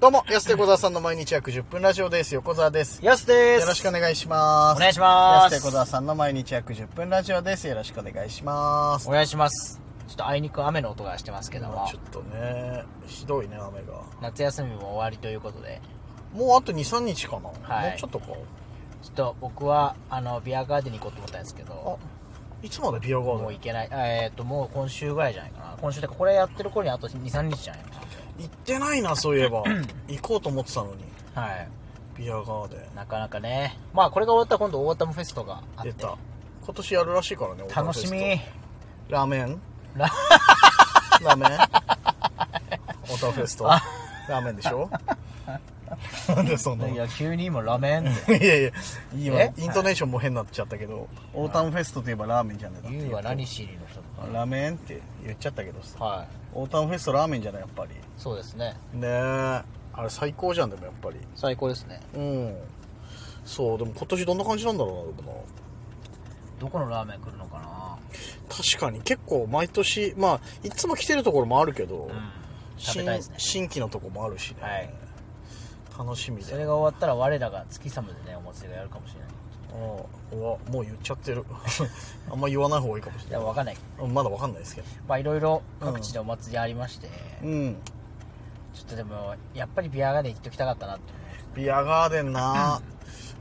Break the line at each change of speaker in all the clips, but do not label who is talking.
どうも、安手小沢さんの毎日約10分ラジオです。横澤です。よ
やすです
ろしくお願いします。
お願いします
安手小沢さんの毎日約10分ラジオです。よろしくお願いします。
お願いしますちょっとあいにく雨の音がしてますけど
まあ
も
ちょっとね、ひどいね、雨が。
夏休みも終わりということで
もうあと2、3日かな。
はい
もうちょっとか。
ちょっと僕はあのビアガーデンに行こうと思ったんですけ
あ
ど、
いつまでビアガ
も
ー
う
デ
行けないあえっともう今週ぐらいじゃないかな今週だからこれやってる頃にあと23日じゃないか
ン行ってないな、そういえ ば。行こうと思ってたのに。
なはい
ビアガーデン。
なかなかねまあこれが終わったら今度オータムフェストがあっ
出
て
た。今年やるらしいからね、
楽
オ
し
ータムフェ
み
ストラーメン
ラ
ラー メンオータムフェストラーメンでしょ なんでそんない
や急に今ラーメンって
いやいや、今
え、
イントネーションも変になっちゃったけど、オータムフェストといえばラーメンじゃねえだって
言うは何しりの人と
ラーメンって言っちゃったけどさ、
かはい
オータムフェストラーメンじゃない、やっぱり。
そうですね
ねえ、あれ最高じゃん、でもやっぱり。
最高ですね
うん。そう、でも今年どんな感じなんだろうな、でもな。
どこのラーメン来るのかな
確かに結構毎年、まあ、いつも来てるところもあるけど、
うん食べ
新
たいですね
新規のとこもあるしね。
はい
楽しみ
そ
で。
れが終わったら我らが月寒でねお祭りがやるかもしれない
ああうわもう言っちゃってる あんま言わない方がいいかもし
い
れ
や
ない
分かんない
うんまだわかんないですけど
まあいろいろ各地でお祭りありまして、
うん
ちょっとでもやっぱりビアガーデン行っときたかったなって
ビアガーデンな、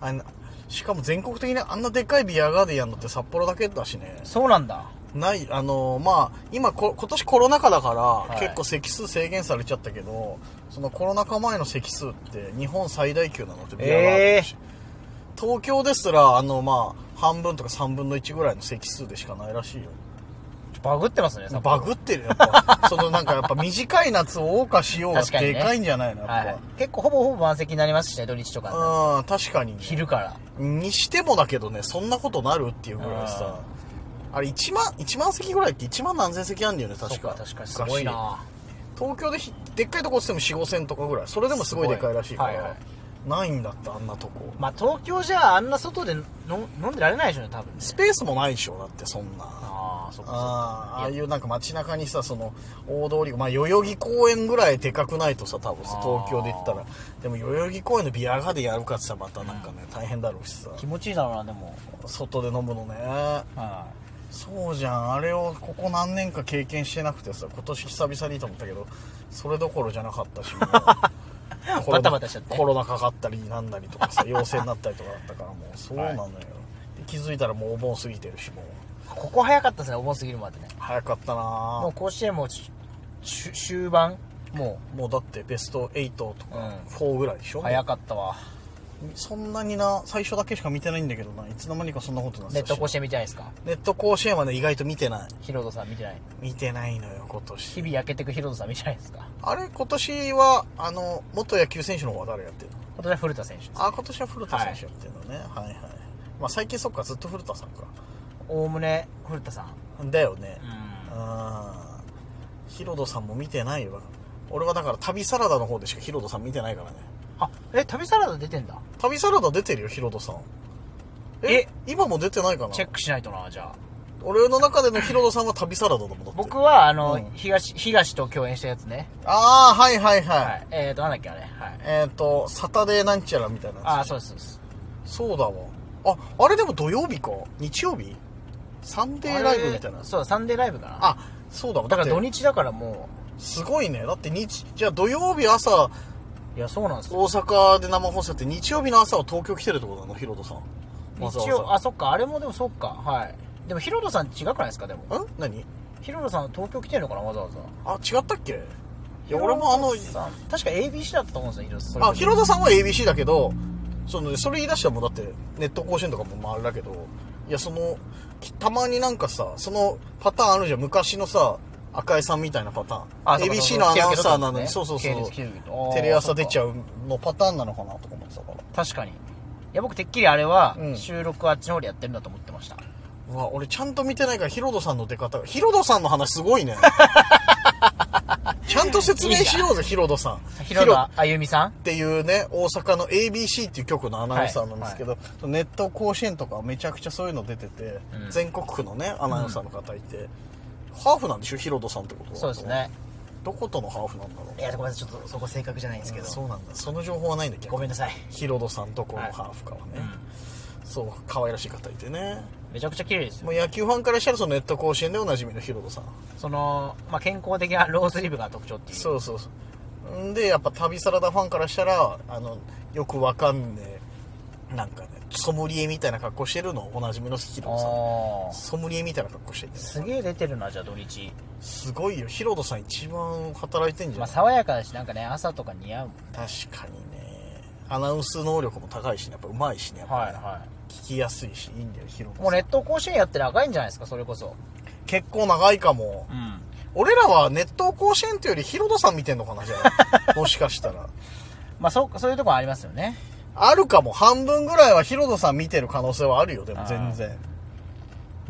あのしかも全国的にあんなでっかいビアガーデンやんのって札幌だけだしね
そうなんだ
ないあのまあ今こ今年コロナ禍だから、
い
結構席数制限されちゃったけどそのコロナ禍前の席数って日本最大級なのってビアガーデンだし、東京ですらあのまあ半分とか3分の1ぐらいの席数でしかないらしいよ
バグってますね
バグってるよやっ ぱそのなんかやっぱ短い夏を謳歌しようが
確かに
で
ね
かいんじゃないのやっぱ、
はい、結構ほぼほぼ満席になりますしね土日とか、
うん確かにね、
昼から
にしてもだけどねそんなことなるっていうぐらいさあれ1万1万席ぐらいって1万何千席あるんだよね確か
そっ確かにすごいな
昔東京でひでっかいとこっつっても4 5千とかぐらいそれでもすごいでかいらしいから
すごいはい
ないんだってあんなとこ
まあ東京じゃあんな外での飲んでられないでしょうね多分ね
スペースもないでしょだってそんな
ああそっかそっか
あーああいうなんか街中にさその大通りまあ代々木公園ぐらいでかくないとさ多分さ
あー
東京で言ったらでも代々木公園のビアガーデンやるかってさまたなんかね大変だろうしさ
気持ちいいだろうなでも
外で飲むのね
は
そうじゃんあれをここ何年か経験してなくてさ今年久々にと思ったけどそれどころじゃなかった しもうコロナ
バタバタしちゃって
コロナかかったりなんだりとか さ陽性になったりとかだったからもうそうなのよ、で気づいたらもうお盆過ぎてるしもう
いここ早かったですねお盆過ぎるまでね
早かったな
もう
も
甲子園もしし終盤も
うもうだってベスト8とか
うん
4ぐらいでしょ、
う早かったわ
そんなにな最初だけしか見てないんだけどないつの間にかそんなことになって
ネット甲
し
子園見てないですか
ネット甲子園はね意外と見てない
ヒロドさん見てない
見てないのよ今年
日々焼けてくヒロドさん見てないですか
あれ今年はあの元野球選手の方は誰やってるの
今年は古田選手です
あ今年は古田選手やってるのね、はい、はいまあ最近そっかずっと古田さんか
おおむね古田さん
だよね
うん
ああヒロドさんも見てないわ俺はだから旅サラダの方でしかヒロドさん見てないからね
あえ旅サラダ出てんだ
旅サラダ出てるよヒロドさんえ
え
今も出てないかな
チェックしないとなじゃあ
俺の中でのヒロドさんは旅サラダだもんだって
僕はあの、
うん
東東と共演したやつね
ああはいはいはい、
はいえーとなんだっけあれはい
えっ、とサタデーなんちゃらみたいなやつ
あそうですそうです
そうだわああれでも土曜日か日曜日サンデーライブみたいな
あれそうサンデーライブかな
あそうだわ
だから
って
土日だからも
すごいねだって日じゃあ土曜日朝
ういやそうなんですよ
大阪で生放送やって日曜日の朝は東京来てるってことなのヒロトさん
日
わざわざ
曜あそっかあれもでもそっかはいでもヒロドさん違くないですかでも
ん何
ヒロドさん東京来てるのかなわざわざ
あ違ったっけいや俺もあの
ヒロドさん確か ABC だったと思うんですよヒロドさん
あヒロトさんは ABC だけどそのそれ言い出したらもうだってネット甲子園とかもまああれだけどいやそのきたまになんかさそのパターンあるじゃん昔のさ赤江さんみたいなパターン
あそうかそう
ABC
か
のアナウンサーなのに
そ
そうう
そ
そううそ
系列
う
系列系列
テレ朝出ちゃ
あー
うのパターンなのかなとか思ってたから
確かにいや僕てっきりあれは
うん
収録あっちの方でやってるんだと思ってました、
うわ俺ちゃんと見てないからヒロドさんの出方がヒロドさんの話すご いねちゃんと説明しようぜヒロドさん
ヒロ
っ
田あゆみさん
ていうね大阪の ABC っていう局のアナウンサーなんですけど、ネット甲子園とかめちゃくちゃそういうの出てて、
うん
全国区のねアナウンサーの方いて、ハーフなんでしょヒロドさんってことは
そうですね
どことのハーフなんだろう
いやごめんなさいちょっとそこ正確じゃないんですけど、
そうなんだその情報はないんだけど
ごめんなさい、
ヒロドさんとこのハーフかはね、そう可愛らしい方いてね
めちゃくちゃ綺麗ですよ
もう野球ファンからしたらそのネット甲子園でおなじみのヒロドさん
その、まあ、健康的なロースリーブが特徴っていう
そうそうそうんでやっぱ旅サラダファンからしたらあのよくわかんねえなんかねソムリエみたいな格好してるのおなじみのヒロドさ
あ
ん
ー
ソムリエみたいな格好してる
すげえ出てるなじゃあ土日、
すごいよヒロドさん一番働いてんじゃん、
まあ、爽やかだしなんかね朝とか似合うもん
確かにねアナウンス能力も高いしねやっぱうまいしねやっぱね
は
聞きやすいしいいんだよヒロド
もう
さん
熱湯甲子園やってる赤いんじゃないですかそれこそ
結構長いかも
うん
俺らは熱湯甲子園っていうよりヒロドさん見てんのかなじゃ あもしかしたら
まあそうそういうとこありますよね
あるかも。半分ぐらいはヒロドさん見てる可能性はあるよ、でも
あー
全然。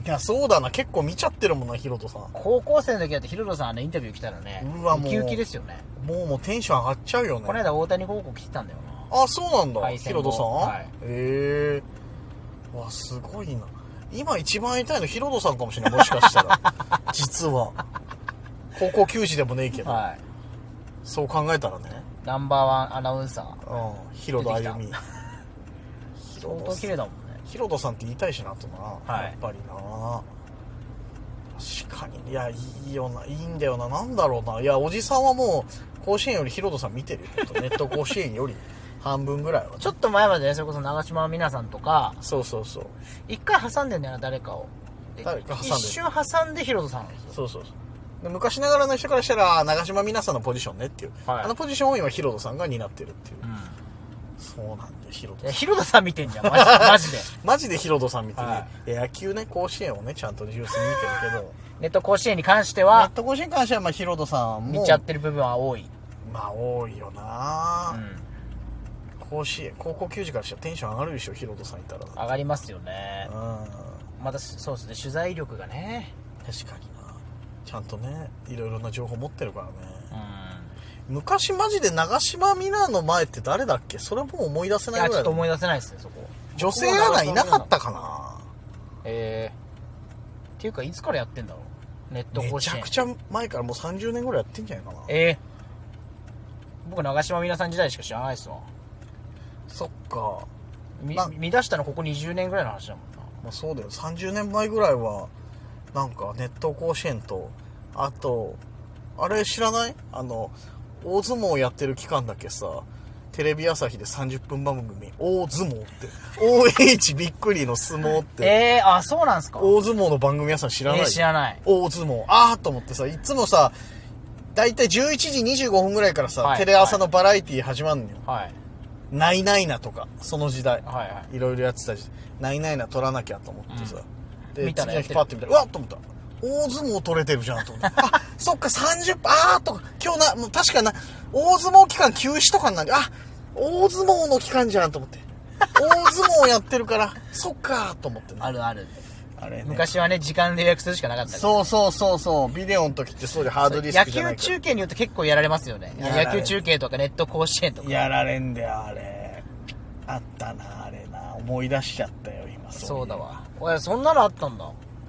いや、そうだな。結構見ちゃってるもんな、ヒロドさん。
高校生の時だってヒロドさんあのインタビュー来たらね
うわもう
ウキウキですよね
もうもうテンション上がっちゃうよね。
この間大谷高校来てたんだよな
あ、そうなんだ。
敗
ヒ
戦
ロ
後
ドさん、
はい
ええわ、すごいな。今一番痛いのヒロドさんかもしれない、もしか したら。実は。高校球児でもねえけど、
はい
そう考えたらね。
ナンバーワンアナウンサー
うん。ヒロド歩み
出。
ヒ
相
ロド
当
さ
綺
ん
麗だもんね
ヒロドさんって言いたいしなとな、
い
やっぱりな確かにいやいいよないいんだよななんだろうないやおじさんはもう甲子園よりヒロドさん見てるよほんとネット甲子園よ り半分ぐらいは
ちょっと前までねそれこそ長島みなさんとか
そうそうそう
一回挟んでんだよな誰かをで
誰か挟んでる
一瞬挟んでヒロドさんなんですよ
そうそうそうで昔ながらの人からしたらあ長島みなさんのポジションねっていう、
はい
あのポジションを今ヒロドさんが担ってるっていう、
うん
そうなんだよヒロ
い
ド
や
さん
ヒロドさん見てんじゃんマジ でマジで
マジでヒロドさんみたいに、、
はい
や野球ね甲子園をねちゃんと純粋に見てるけど
ネット甲子園に関して
ネッ
は
ト甲子園に関してはまあヒロドさんも
見ちゃってる部分は多い、
まあ多いよな、
うん
甲子園高校球児からしたらテンション上がるでしょヒロトさんいたら
上がりますよね
うん
またそうですね取材力がね
確かになちゃんとねいろいろな情報持ってるからね
うん
昔マジで長島みなの前って誰だっけそれもう思い出せ
い
ない
や
ぐ
ち
ら
ょ
い
っと思い出せないですねそこ
女性アナいなかったかな
えー、っていうかいつからやってんだろうネット
め
甲
ち
子
ゃ
園
くちゃ前からもう30年ぐらいやってんじゃないかな
えー、僕長島みなさん時代しか知らないですわ
そっか
み
まあ
見出したのここ20年ぐらいの話だもんな
まあそうだよ30年前ぐらいはなんか熱湯甲子園とあとあれ知らないあの大相撲をやってる期間だけさテレビ朝日で30分番組「大相撲」って OH びっくりの相撲って
えー、あそうなんすか
大相撲の番組屋さん知らない、
えー知らない
大相撲ああと思ってさいつもさ大体11時25分ぐらいからさ、
はい
テレ朝のバラエティ始まんのよ、
はい
ないないなとかその時代
はいはい
いろいろやってたしないないな取らなきゃと思ってさ、で
見たら
次の日パ
や
ッ
ってて
見た
る
らうわっと思った大相撲取れてるじゃんと思って あそっか30分あーっとか今日なもう確かな大相撲期間休止とかになるあ大相撲の期間じゃんと思って大相撲やってるから そっかーと思ってね
あるある
あれね
昔はね時間で予約するしかなかったから
そうそうそうそうビデオの時ってそうでハードディスクじゃな
野
い
球
から
中継によって結構やられますよね
やられる
野球中継とかネット甲子園とか
やられんだよあれあったなあれな思い出しちゃったよ今いえば
そうだわおいそんなのあったんだ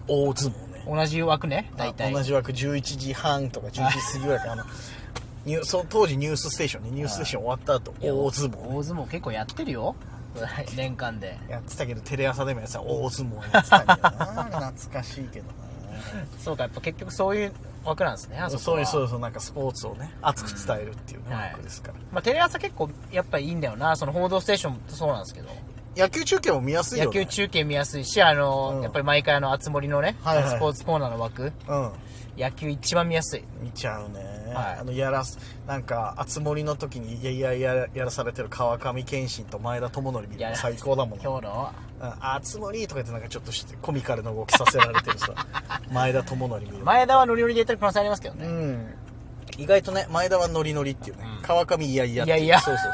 大相撲ね
同じ枠ね大体
同じ枠11時半とか11時過ぎぐらい からあのニューそう当時ニュースステーションねニュースステーション終わった後大相撲
大相撲結構やってるよ 年間で
やってたけどテレ朝でもやってた大相撲やってたけどな 懐かしいけどな
そうかやっぱ結局そういう枠なんですねあそこ
そう
は
そうそうなんかスポーツをね熱く伝えるっていうね
はい
枠ですから
まあ、テレ朝結構やっぱいいんだよなその「報道ステーション」そうなんですけど、
野球中継も見やすいよ
野球
ね
中継見やすいしあの、
うん
やっぱり毎回あの熱盛のね、
はいはい
スポーツコーナーの枠
うん
野球一番見やすい
見ちゃうね、
はい
あのやらすなんか熱盛の時にいやいやいややらされてる川上謙信と前田智則見るの最高だもんね
今日の
あつ森とか言ってなんかちょっとしてコミカルな動きさせられてる さ前田智則見る
前田はノリノリでやってる可能性ありますけど
う
ね、
ん意外とね前田はノリノリっていうね、川上いやいやってう
いやいや
そうそう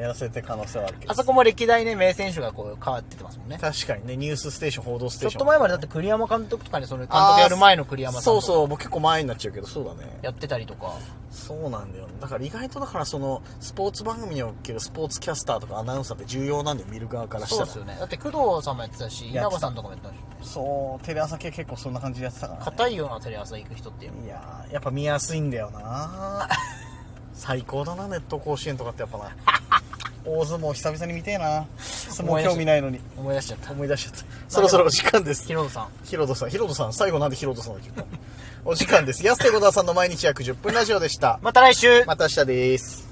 やらせてる可能性はあるけど
あそこも歴代ね名選手がこう変わってってますもんね
確かにね「ニュースステーション」「報道ス
ち
テー
ょっ
ション」
と前までだって栗山監督とかねその監督やる前の栗山さん
そ
と
う
か
そうもう結構前になっちゃうけどそうだね
やってたりとか
そうなんだよだから意外とだからそのスポーツ番組におけるスポーツキャスターとかアナウンサーって重要なんで見る側からし
そう
た
ですよ
ら
ねだって工藤さんもやってたし稲葉さんとかもやってたし
そうテレ朝系結構そんな感じでやってたから、ね、
硬いようなテレ朝行く人って
いやーやっぱ見やすいんだよな最高だなネット甲子園とかってやっぱ な大相撲久々に見てえな相撲興味ないのに
思い出しちゃった
思い出しちゃったそろそろお時間です
ヒロドさん
ヒロドさんヒロドさん最後なんでヒロドさんだっけ言ったのお時間です安手小田さんの毎日約10分ラジオでした
また来週
また明日です